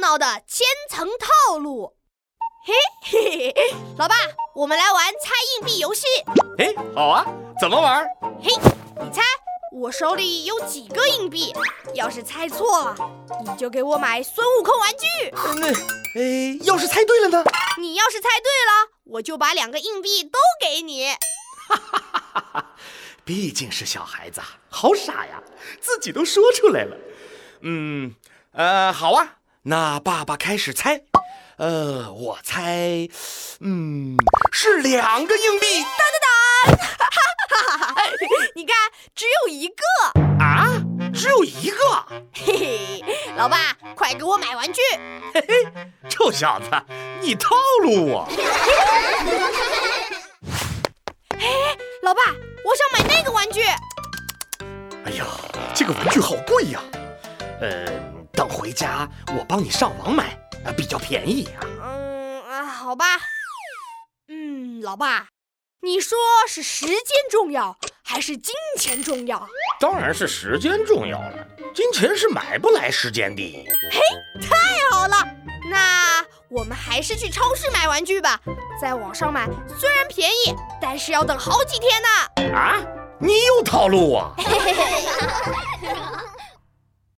闹的千层套路。嘿嘿嘿，老爸，我们来玩猜硬币游戏。哎，好啊，怎么玩？嘿，你猜我手里有几个硬币？要是猜错了，你就给我买孙悟空玩具。那，哎，要是猜对了呢？你要是猜对了，我就把两个硬币都给你。毕竟是小孩子啊，好傻呀，自己都说出来了。嗯，呃，好啊，那爸爸开始猜。呃，我猜，嗯，是两个硬币你看，只有一个。啊，只有一个。嘿嘿，老爸，快给我买玩具。臭小子，你套路我。老爸，我想买那个玩具。哎呀，这个玩具好贵呀、呃，等回家我帮你上网买，啊，比较便宜啊。嗯啊，好吧。嗯，老爸，你说是时间重要还是金钱重要？当然是时间重要了，金钱是买不来时间的。太好了，那我们还是去超市买玩具吧。在网上买虽然便宜，但是要等好几天呢。啊啊，你又套路我。